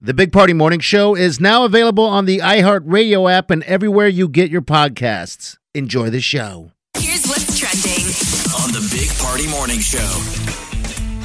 The Big Party Morning Show is now available on the iHeartRadio app and everywhere you get your podcasts. Enjoy the show. Here's what's trending. on the Big Party Morning Show.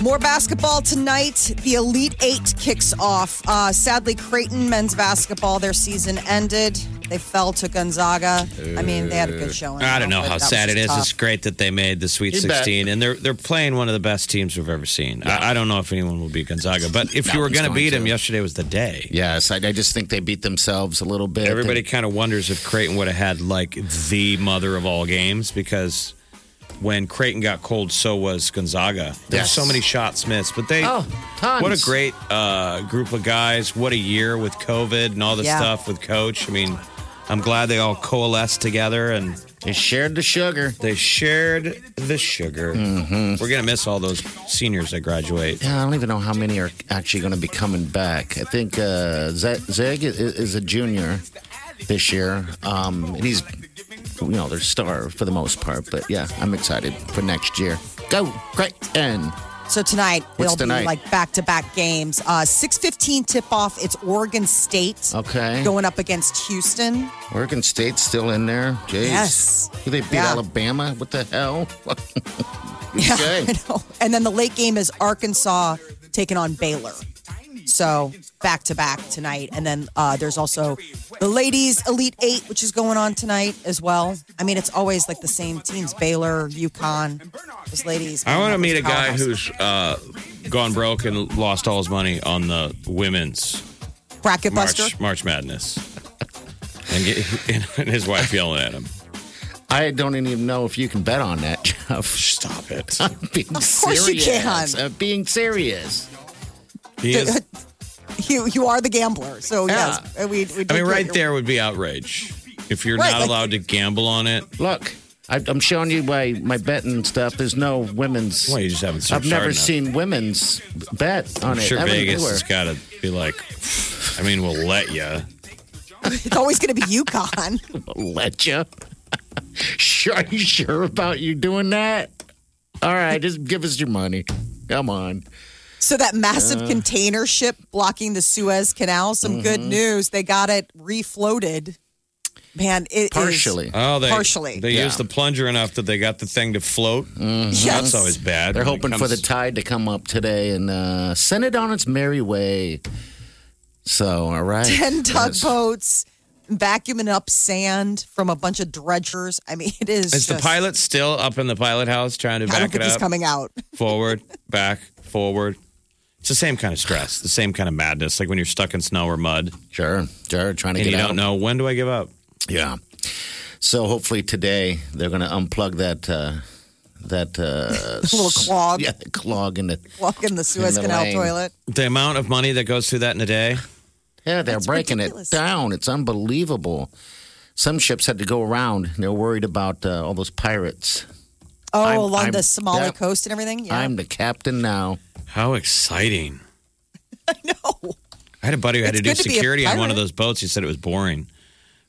More basketball tonight. The Elite Eight kicks off. Uh, sadly, Creighton men's basketball, their season ended. They fell to Gonzaga. I mean, they had a good showing. I don't know but how that was sad it is. tough. It's great that they made the Sweet You bet. 16, and they're they're playing one of the best teams we've ever seen. I, I don't know if anyone will beat Gonzaga, but if you were one's going to beat going them, yesterday was the day. Yes, I, I just think they beat themselves a little bit. Everybody kind of wonders if Creighton would have had like the mother of all games because when Creighton got cold, so was Gonzaga. There's Yes. so many shots missed, but they. Oh, tons. What a great uh, group of guys. What a year with COVID and all the Yeah. stuff with Coach. I mean, I'm glad they all coalesced together and They shared the sugar. they shared the sugar. We're going to miss all those seniors that graduate. Yeah, I don't even know how many are actually going to be coming back. I think uh, Zeg Zeg is, is a junior this year, um, and he's you know their star for the most part. But yeah, I'm excited for next year. Go Creighton! So tonight What's will tonight? be like back-to-back games. Uh, Six fifteen tip-off. It's Oregon State Okay, going up against Houston. Oregon State's still in there. Jeez. Yes. Do they beat Yeah. Alabama? What the hell? Yeah, Okay. I know. And then the late game is Arkansas taking on Baylor. So back to back tonight. And then uh, there's also the ladies Elite Eight, which is going on tonight as well. I mean, it's always like the same teams Baylor, UConn, those ladies. I want to Those meet a guy powerhouses. who's uh, gone broke and lost all his money on the women's bracket buster. March, March Madness. And, get, and his wife yelling at him. I don't even know if you can bet on that, Jeff. Stop it. I'm being Of serious. course you can. I'm being serious. He is, You you are the gambler. So Yeah. yes, we, we did I mean, get right your- there would be outrage. If you're Right, not like- allowed to gamble on it, Look, I, I'm showing you my, my betting stuff. There's no women's. well, you just haven't I've searched hard never enough. seen women's bet on I'm it. sure Ever Vegas anywhere. has got to be like, I mean, we'll let you. It's always going to be UConn. I'll let you. sure, are you sure about you doing that? All right, just give us your money. Come on. So that massive container ship blocking the Suez Canal, some good Mm-hmm. news. They got it refloated. Man, it is- Partially. Oh, they Partially. They Yeah. used the plunger enough that they got the thing to float. yes. That's always bad. They're when it hoping for the comes- tide to come up today and uh, send it on its merry way. So, all right. 10 Yes. tugboats vacuuming up sand from a bunch of dredgers. I mean, it is. Is the just- pilot still up in the pilot house trying to I don't back it think he's up? coming out. forward, back, forward. It's the same kind of stress, the same kind of madness, like when you're stuck in snow or mud Sure, sure. Trying to get and you out. don't know when do I give up. Yeah. So hopefully today they're going to unplug that uh, that uh, Little clog. Yeah, the clog in the Walking the Suez the Canal lane. toilet. The amount of money that goes through that in a day. yeah. They're That's breaking ridiculous. it down. It's unbelievable. Some ships had to go around. They're worried about uh, all those pirates. Oh, I'm- along I'm- the Somali that- coast and everything. Yeah. I'm the captain now. How exciting! no. I had a buddy who had It's to do good to be a security on one of pirate. those boats. He said it was boring.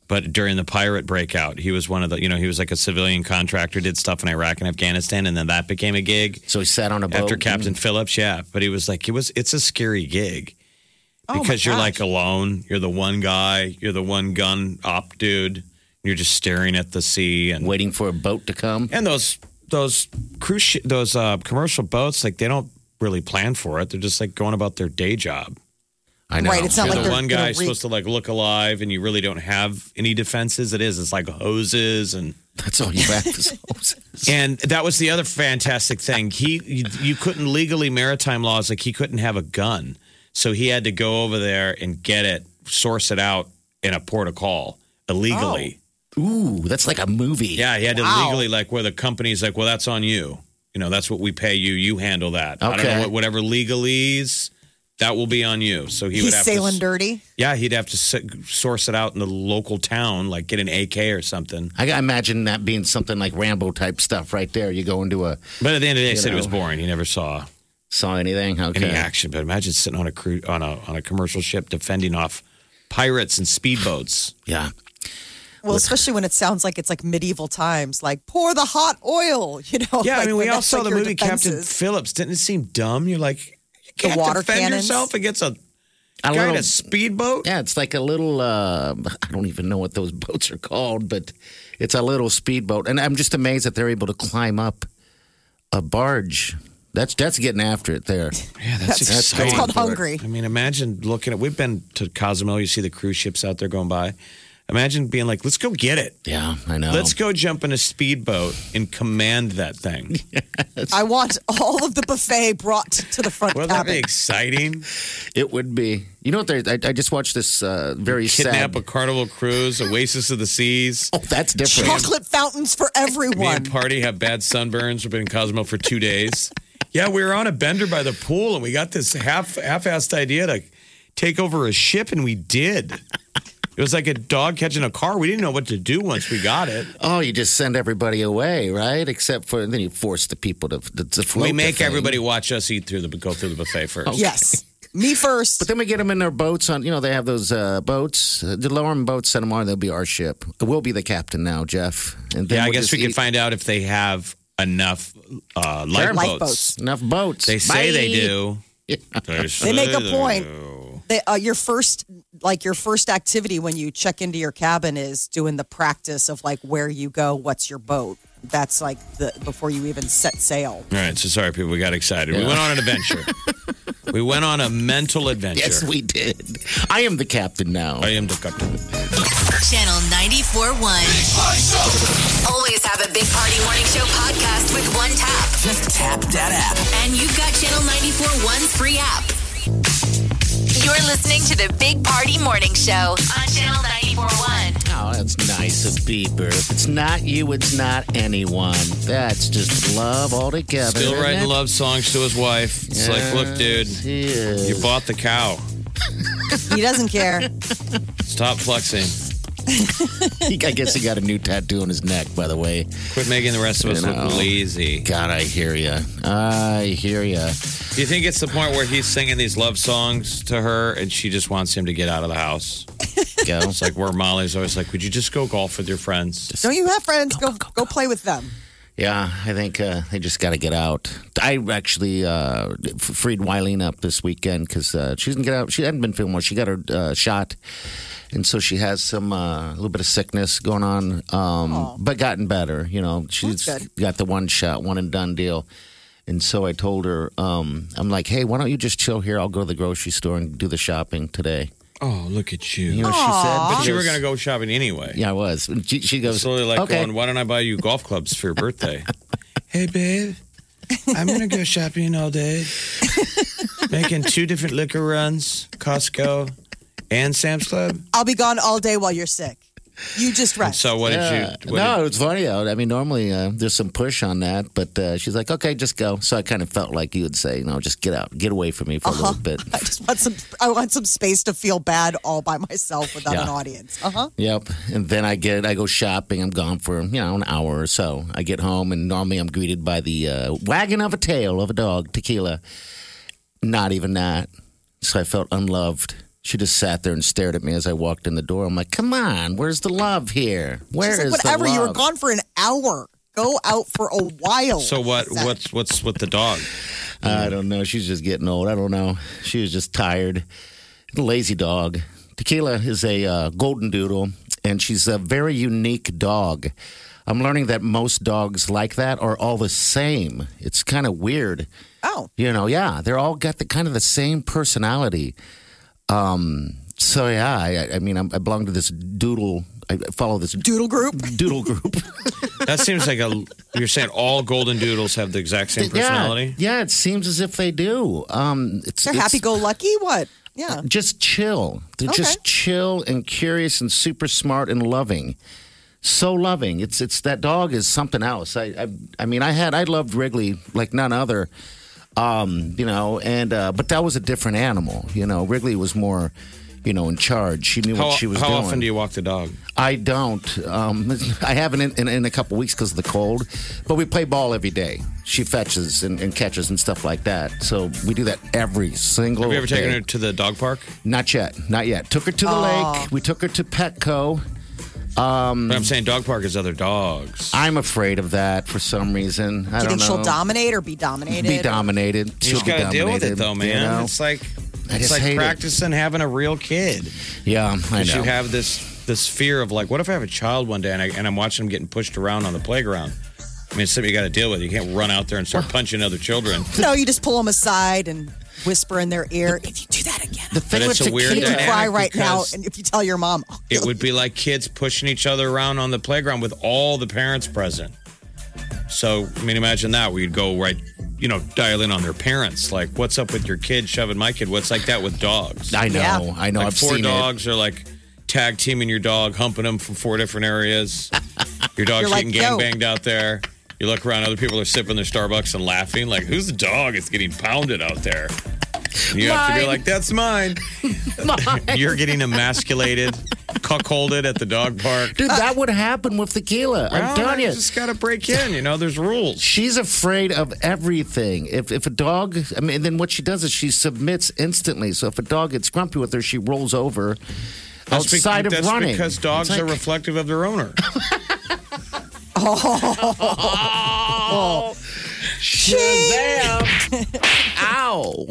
But during the pirate breakout, he was one of the, you know, he was like a civilian contractor, did stuff in Iraq and Afghanistan, and then that became a gig. So he sat on a boat after and- Captain mm. Phillips, yeah. But he was like, it was it's a scary gig Oh my because you're like gosh. alone. You're the one guy. You're the one gun op dude. You're just staring at the sea and waiting for a boat to come. and those those cruise shi those uh, commercial boats like they don't really plan for it. They're just like going about their day job. I know. Right, it's not You're like the they're one gonna guy re- supposed to like look alive, and you really don't have any defenses. It is. It's like hoses and That's all you have. is And that was the other fantastic thing. He, you, you couldn't legally maritime laws like he couldn't have a gun, so he had to go over there and get it, source it out in a port of call illegally. Ooh, that's like a movie. Yeah, he had to Oh. Wow. legally like where the company's like, well, that's on you. You know, that's what we pay you. You handle that. I don't Okay. know what whatever legalese That will be on you. So he would He's have sailing to, dirty. Yeah, he'd have to s- source it out in the local town, like get an AK or something. I gotta imagine that being something like Rambo type stuff right there. You go into a But at the end of the day, he said it was know. boring. He never saw saw anything? Okay. any action. But imagine sitting on a cru- on a on a commercial ship defending off pirates and speedboats. Yeah. Well, especially when it sounds like it's like medieval times, like pour the hot oil, you know? Yeah, I like, mean, we when all that's, saw like, the your movie Captain defenses. Phillips. Didn't it seem dumb? You're like, you The can't water defend cannons. yourself against a A guy in little- a speedboat. Yeah, it's like a little. Uh, I don't even know what those boats are called, but it's a little speedboat, and I'm just amazed that they're able to climb up a barge. That's that's getting after it there. Yeah, that's, That's exciting. It's called for it. hungry. I mean, imagine looking at. We've been to Cozumel. You see the cruise ships out there going by. Imagine being like, "Let's go get it. Yeah, I know. Let's go jump in a speedboat and command that thing." I want all of the buffet brought to the front Wouldn't that be cabin. exciting? It would be. You know what? there- I, I just watched this uh, very Kidnap sad. a Carnival Cruise, Oasis of the Seas. oh, that's different. Chocolate fountains for Me everyone. and Party have bad sunburns. We've been in Cozumel for two days. Yeah, we were on a bender by the pool, and we got this half half-assed idea to take over a ship, and we did. It was like a dog catching a car. We didn't know what to do once we got it. Oh, you just send everybody away, right? Except for then you force the people to to, to float. we the make thing. everybody watch us eat through the go through the buffet first. Yes. Me first. But then we get them in their boats on. You know, they have those uh, boats. Uh, The lower them boats, send them on. They'll be our ship. We'll be the captain now, Jeff. And then Yeah, I we'll guess just we can eat find out if they have enough uh, lifeboats. Lifeboats. enough boats. They Bye. say they do. say They make a they point. do. They, uh, your first, like your first activity when you check into your cabin is doing the practice of like where you go, what's your boat. That's like the before you even set sail. All right, so sorry, people. We got excited. We went on an adventure. we went on a mental adventure. Yes, we did. I am the captain now. I am the captain. Channel 94.1. Always have a Big Party Morning Show podcast with one tap. Just tap that app. And you've got Channel 94.1's free app. You're listening to the Big Party Morning Show on Channel 94.1. Oh, that's nice of Bieber. If it's not you, it's not anyone. That's just love altogether. Still isn't writing it? love songs to his wife. It's like, look, dude, He is. you bought the cow. He doesn't care. Stop flexing. I guess he got a new tattoo on his neck, by the way. Quit making the rest of us You look know. lazy. God, I hear ya. I hear ya. Do you think it's the point where he's singing these love songs to her and she just wants him to get out of the house? Go. It's like where Molly's always like, would you just go golf with your friends? Don't you have friends? Go go, play with them. Yeah, I think uh, they just got to get out. I actually uh, f- freed Wileen up this weekend because uh, she didn't get out. She hadn't been feeling well. She got her uh, shot, and so she has some uh, a little bit of sickness going on, um, but gotten better. You know, she's Oh. That's good. got the one shot, one and done deal. And so I told her, um, I'm like, hey, why don't you just chill here? I'll go to the grocery store and do the shopping today. Oh, look at You you. know what she said? But She you were goes- going to go shopping anyway. Yeah, I was. And She, she goes, It's literally like okay. going, why don't I buy you golf clubs for your birthday? hey, babe, I'm going to go shopping all day. Making two different liquor runs, Costco and Sam's Club. I'll be gone all day while you're sick. You just rest. So what Yeah. did you? What no, it's funny. though. I mean, normally uh, there's some push on that, but uh, she's like, "Okay, just go." So I kind of felt like you would say, "No, just get out, get away from me for a little bit." I just want some. I want some space to feel bad all by myself without an Yeah. audience. Uh huh. Yep. And then I get, I go shopping. I'm gone for you know an hour or so. I get home, and normally I'm greeted by the uh, wagging of a tail of a dog, tequila. Not even that. So I felt unloved. She just sat there and stared at me as I walked in the door. I'm like, "Come on, where's the love here? Where is She's like, whatever. the love?" You were gone for an hour. Go out for a while. you? So what? What's what's with the dog? I don't know. She's just getting old. I don't know. She was just tired. Lazy dog. Tequila is a uh, golden doodle, and she's a very unique dog. I'm learning that most dogs like that are all the same. It's kind of weird. Oh, You know, yeah, they're all got the kind of the same personality. Um, so yeah, I, I mean, I'm, I belong to this doodle. I follow this doodle group. doodle group. That seems like a. You're saying all golden doodles have the exact same personality. Yeah, yeah, it seems as if they do. Um, it's They're it's- happy-go-lucky. What? Yeah. just chill. They're Okay. just chill and curious and super smart and loving. So loving. It's it's that dog is something else. I I, I mean I had I loved Wrigley like none other Um, you know, and uh, but that was a different animal. You know, Wrigley was more, you know, in charge. She knew How, what she was how doing. often do you walk the dog? I don't. Um, I haven't in, in, in a couple weeks because of the cold, but we play ball every day. She fetches and, and catches and stuff like that. So we do that every single. Have you ever taken day. her to the dog park? Not yet. Not yet. Took her to the lake. We took her to Petco. But Mm. I'm saying dog park is other dogs. I'm afraid of that for some reason. I Do don't you think know. she'll dominate or be dominated? Be dominated. You She'll just be got to deal with it, dominated, though, man. you know? It's like I it's just like hate it. practicing having a real kid. Yeah, I Because know. you have this this fear of like, what if I have a child one day and, I, and I'm watching them getting pushed around on the playground? I mean, it's something you got to deal with. You can't run out there and start punching other children. No, you just pull them aside and whisper in their ear, if you do that again, the thing But with it's a weird you tequila- dynamic. cry right now. because- And if you tell your mom, I'll It kill would be like kids pushing each other around on the playground with all the parents present. So, I mean, imagine that. We'd go right, you know, dial in on their parents. Like, what's up with your kid shoving my kid? What's like that with dogs? I know. Yeah. I know. like I've four seen dogs are like tag teaming your dog, humping them from four different areas. Your dog's You're like, getting "Go." gang banged out there. You look around, other people are sipping their Starbucks and laughing. Like, whose dog is getting pounded out there? And you have to be like, that's mine. You're getting emasculated, cuckolded at the dog park. it. Dude, that would happen with tequila. Well, I'm telling you. just got to break in. You know, there's rules. She's afraid of everything. If if a dog, I mean, then what she does is she submits instantly. So if a dog gets grumpy with her, she rolls over That's be- outside of that's running. because dogs It's are like- reflective of their owner. Oh. Shazam! Ow!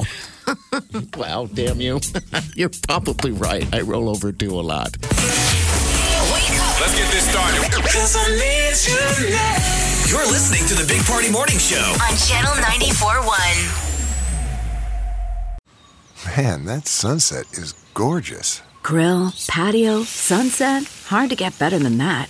wow, damn you. You're probably right. I roll over do a lot. Wake up. Let's get this started. You're listening to the Big Party Morning Show. On Channel 94.1. Man, that sunset is gorgeous. Grill, patio, sunset. Hard to get better than that.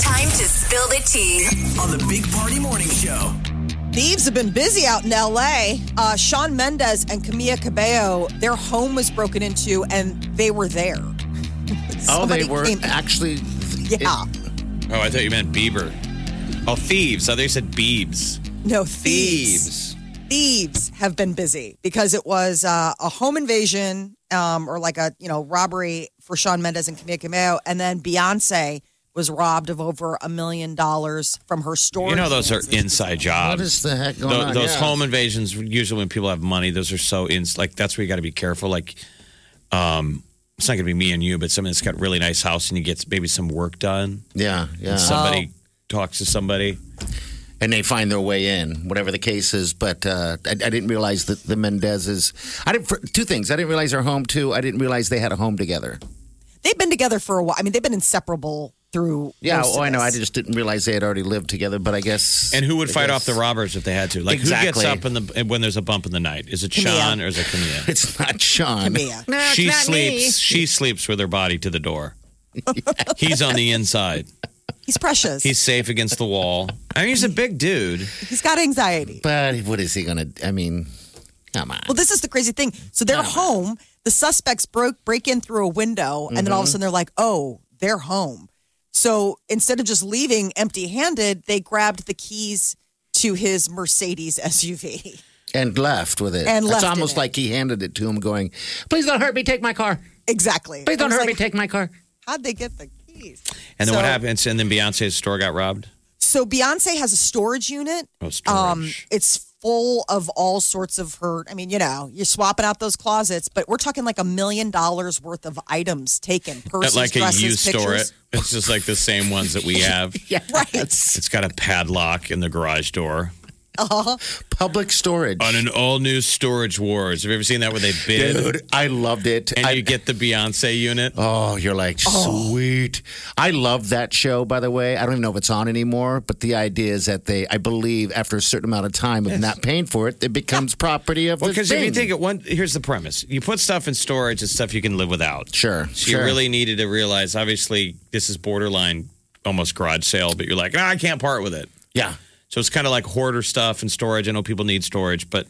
Time to spill the tea. On the Big Party Morning Show. Thieves have been busy out in LA. Uh, Sean Mendez and Camilla Cabello, their home was broken into and they were there. Oh, Somebody they were came- actually. yeah. Oh, I thought you meant Bieber. Oh, thieves. I thought you said Beebs. no, thieves. Thieves have been busy because it was uh, a home invasion um, or like a, you know, robbery for Sean Mendez and Camilla Cabello. And then Beyonce was robbed of over a million dollars from her store. You know, those are inside jobs. What is the heck going Tho- on? Uh, those Yeah. home invasions usually when people have money those are so in like that's where you got to be careful like um it's not gonna be me and you but someone that's got a really nice house and you get maybe some work done Yeah, yeah. Oh. somebody talks to somebody and they find their way in, whatever the case is. But uh, I, I didn't realize that the Mendezes. I didn't. For, two things. I didn't realize their home. Two. I didn't realize they had a home together. They've been together for a while. I mean, they've been inseparable through. Yeah. most Oh, of I know. I this. just didn't realize they had already lived together. But I guess. and who would I fight off guess- the robbers if they had to like who gets Exactly. up in the when there's a bump in the night is it Camille. sean or is it camille It's not Sean. Camille. she sleeps she sleeps with her body to the door he's on the inside He's precious. he's safe against the wall i mean he's a big dude He's got anxiety. But what is he gonna? I mean, come on. Well, this is the crazy thing. So they're home. The suspects broke break in through a window, and then Mm-hmm. all of a sudden they're like, "Oh, they're home." So instead of just leaving empty-handed, they grabbed the keys to his Mercedes SUV. and left with it. And it's left in almost it. like he handed it to him, going, "Please don't hurt me. Take my car. exactly. Please don't I was hurt me. like, Take my car." How'd they get the keys? and then what So- happens and then beyonce's store got robbed So Beyonce has a storage unit. Um, Oh, storage. it's full of all sorts of hurt. I mean, you know, you're swapping out those closets, but we're talking like a million dollars worth of items taken. Purses, At like a dresses, used store, pictures. it it's just like the same ones that we have. Yeah. Right. It's got a padlock in the garage door. Public storage. On an all new storage wars. Have you ever seen that where they bid Dude, I loved it. and I, you get the Beyonce unit? Oh, you're like, sweet. I love that show, by the way. I don't even know if it's on anymore, but the idea is that they, I believe, after a certain amount of time of not paying for it, it becomes property of Well, the because if you thing. think it one, here's the premise: you put stuff in storage and stuff you can live without. Sure, So sure. you really needed to realize, obviously, this is borderline almost garage sale, but you're like, ah, I can't part with it. yeah. So it's kind of like hoarder stuff and storage. I know people need storage, but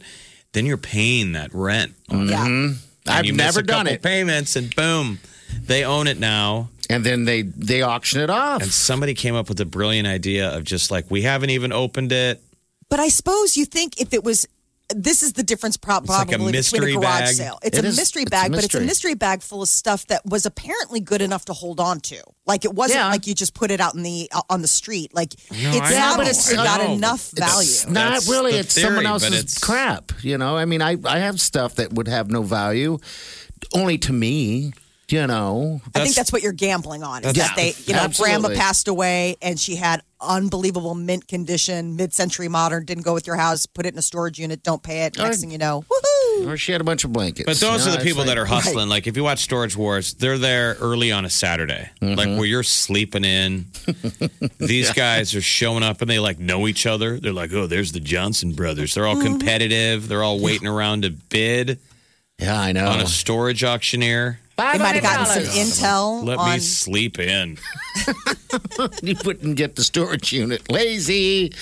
then you're paying that rent. And Yeah. I've you miss never a done couple it. Payments and boom, they own it now. And then they, they auction it off. And somebody came up with a brilliant idea of just like we haven't even opened it. But I suppose you think if it was, this is the difference prob- like probably a mystery between a garage bag. sale. It's It a is- mystery it's a bag, but it's a mystery. mystery bag full of stuff that was apparently good enough to hold on to. Like it wasn't Yeah. like you just put it out in the uh, on the street. Like it's I not know, it's I got know, enough value. It's not That's really. the It's someone theory, else's but it's- crap. You know, I mean, I, I have stuff that would have no value only to me, you know. I think that's what you're gambling on. Is That's- that they, you know, grandma Absolutely. passed away and she had unbelievable mint condition, mid-century modern. Didn't go with your house. Put it in a storage unit. Don't pay it. Next Right. thing you know, woohoo! Or she had a bunch of blankets. But those You know, are the people it's that are like- hustling. Like if you watch Storage Wars, they're there early on a Saturday, like Mm-hmm. where you're sleeping in. These guys are showing up and they like know each other. They're like, oh, there's the Johnson brothers. They're all Mm-hmm. competitive. They're all waiting around to bid Yeah, I know. on a storage auctioneer. They might have gotten some intel Let on me sleep in. you wouldn't get the storage unit. Lazy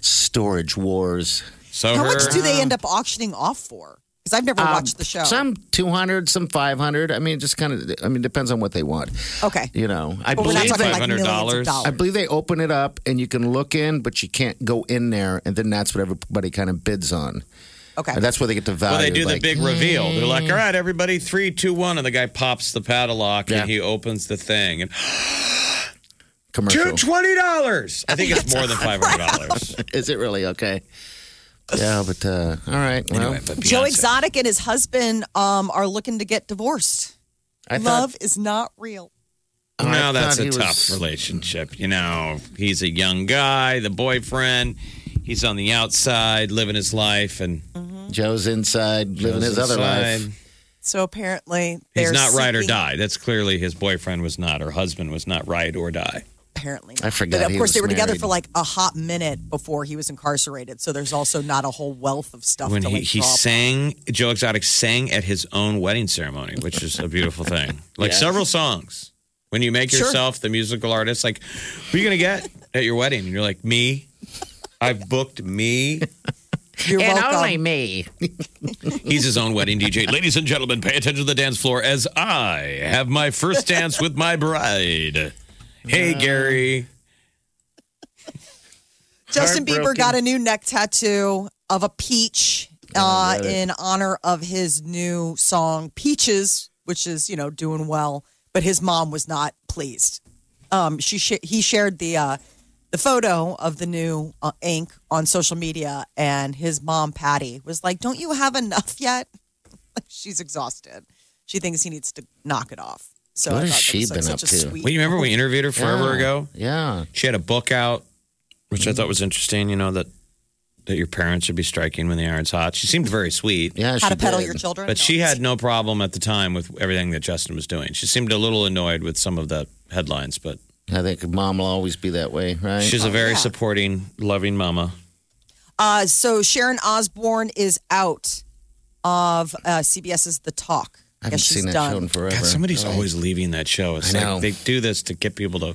storage wars. So How her, much do they end up auctioning off for? Because I've never watched the show. Uh-huh. Um, Some 200, some 500. I mean, it just kind of, I mean, it depends on what they want. okay. You know, I But we're not believe, talking they, like millions $500. of dollars. I believe they open it up and you can look in, but you can't go in there. And then that's what everybody kind of bids on. okay. And that's where they get the value. Well, they do like, "Mm." the big reveal. They're like, all right, everybody, three, two, one. And the guy pops the padlock Yeah. and he opens the thing. And commercial. two twenty dollars. I think it's more than five hundred dollars. Is it really? Okay. Yeah, but, uh, all right. Well, Joe Exotic and his husband um, are looking to get divorced. I Love is not real. I No, that's thought a he tough was- relationship. You know, he's a young guy, the boyfriend. He's on the outside living his life, and thought Joe's inside living his other inside. life. So apparently, He's they're not right or seeking- die. That's clearly his boyfriend was not, or husband was not right or die. Apparently, I forgot But of he course, was they were together married. for like a hot minute before he was incarcerated. So there's also not a whole wealth of stuff When to he, like he draw upon. sang, Joe Exotic sang at his own wedding ceremony, which is a beautiful thing. Like several songs. When you make Sure. yourself the musical artist, like, who are you going to get at your wedding? And you're like, me. I've booked me. You're welcome. me. He's his own wedding DJ. Ladies and gentlemen, pay attention to the dance floor as I have my first dance with my bride. Hey, Gary. Justin Bieber Heartbroken. Oh, got a new neck tattoo of a peach uh, I read it. in honor of his new song "Peaches," which is you know doing well. But his mom was not pleased. Um, she sh- he shared the uh, the photo of the new uh, ink on social media, and his mom Patty was like, "Don't you have enough yet?" Like, She's exhausted. She thinks he needs to knock it off. So What I has thought that she was, like, been such up a to? sweet- Well, you remember we interviewed her forever Yeah. ago? Yeah. She had a book out, which Mm-hmm. I thought was interesting, you know, that, that your parents should be striking when the iron's hot. She seemed very sweet, Yeah. How she to peddle did. your children? but No. she had no problem at the time with everything that Justin was doing. She seemed a little annoyed with some of the headlines, but I think mom will always be that way, right? she's a very supporting, loving mama. Uh, so Sharon Osbourne is out of uh, CBS's The Talk. I haven't guess she's seen that done. show in forever. God, somebody's always leaving that show. It's I like know. they do this to get people to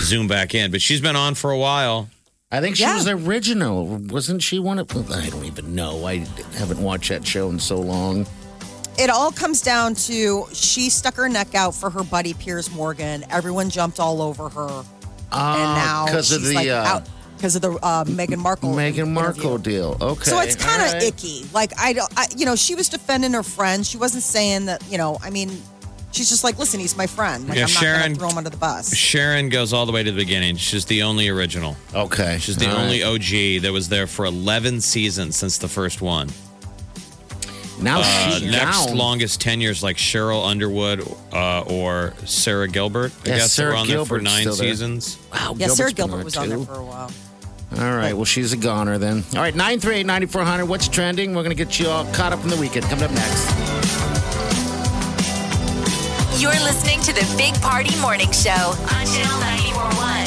zoom back in. But she's been on for a while. I think she Yeah. was the original. Wasn't she one of. I don't even know. I haven't watched that show in so long. It all comes down to she stuck her neck out for her buddy Piers Morgan. Everyone jumped all over her, and now because of she's, the like uh, out because of the uh, Meghan Markle. Meghan Markle interview. deal. Okay. So it's kind of all right. icky. Like I don't, I, you know, she was defending her friend. She wasn't saying that, you know. I mean, She's just like, listen, he's my friend. Like, Yeah, I'm not Sharon- gonna throw him under the bus. Sharon goes all the way to the beginning. She's the only original. Okay. She's the All right. only OG that was there for 11 seasons since the first one. Now Uh, she next down. longest tenures like Cheryl Underwood uh, or Sarah Gilbert. I Yeah, guess Sarah they were on there for Gilbert's nine still there. seasons. Wow, Yeah, Sarah Gilbert's been Gilbert was on there too. for a while. All right. Well, she's a goner then. All right. 938 9400. What's trending? We're going to get you all caught up in the weekend. Coming up next. You're listening to the Big Party Morning Show on Channel 941.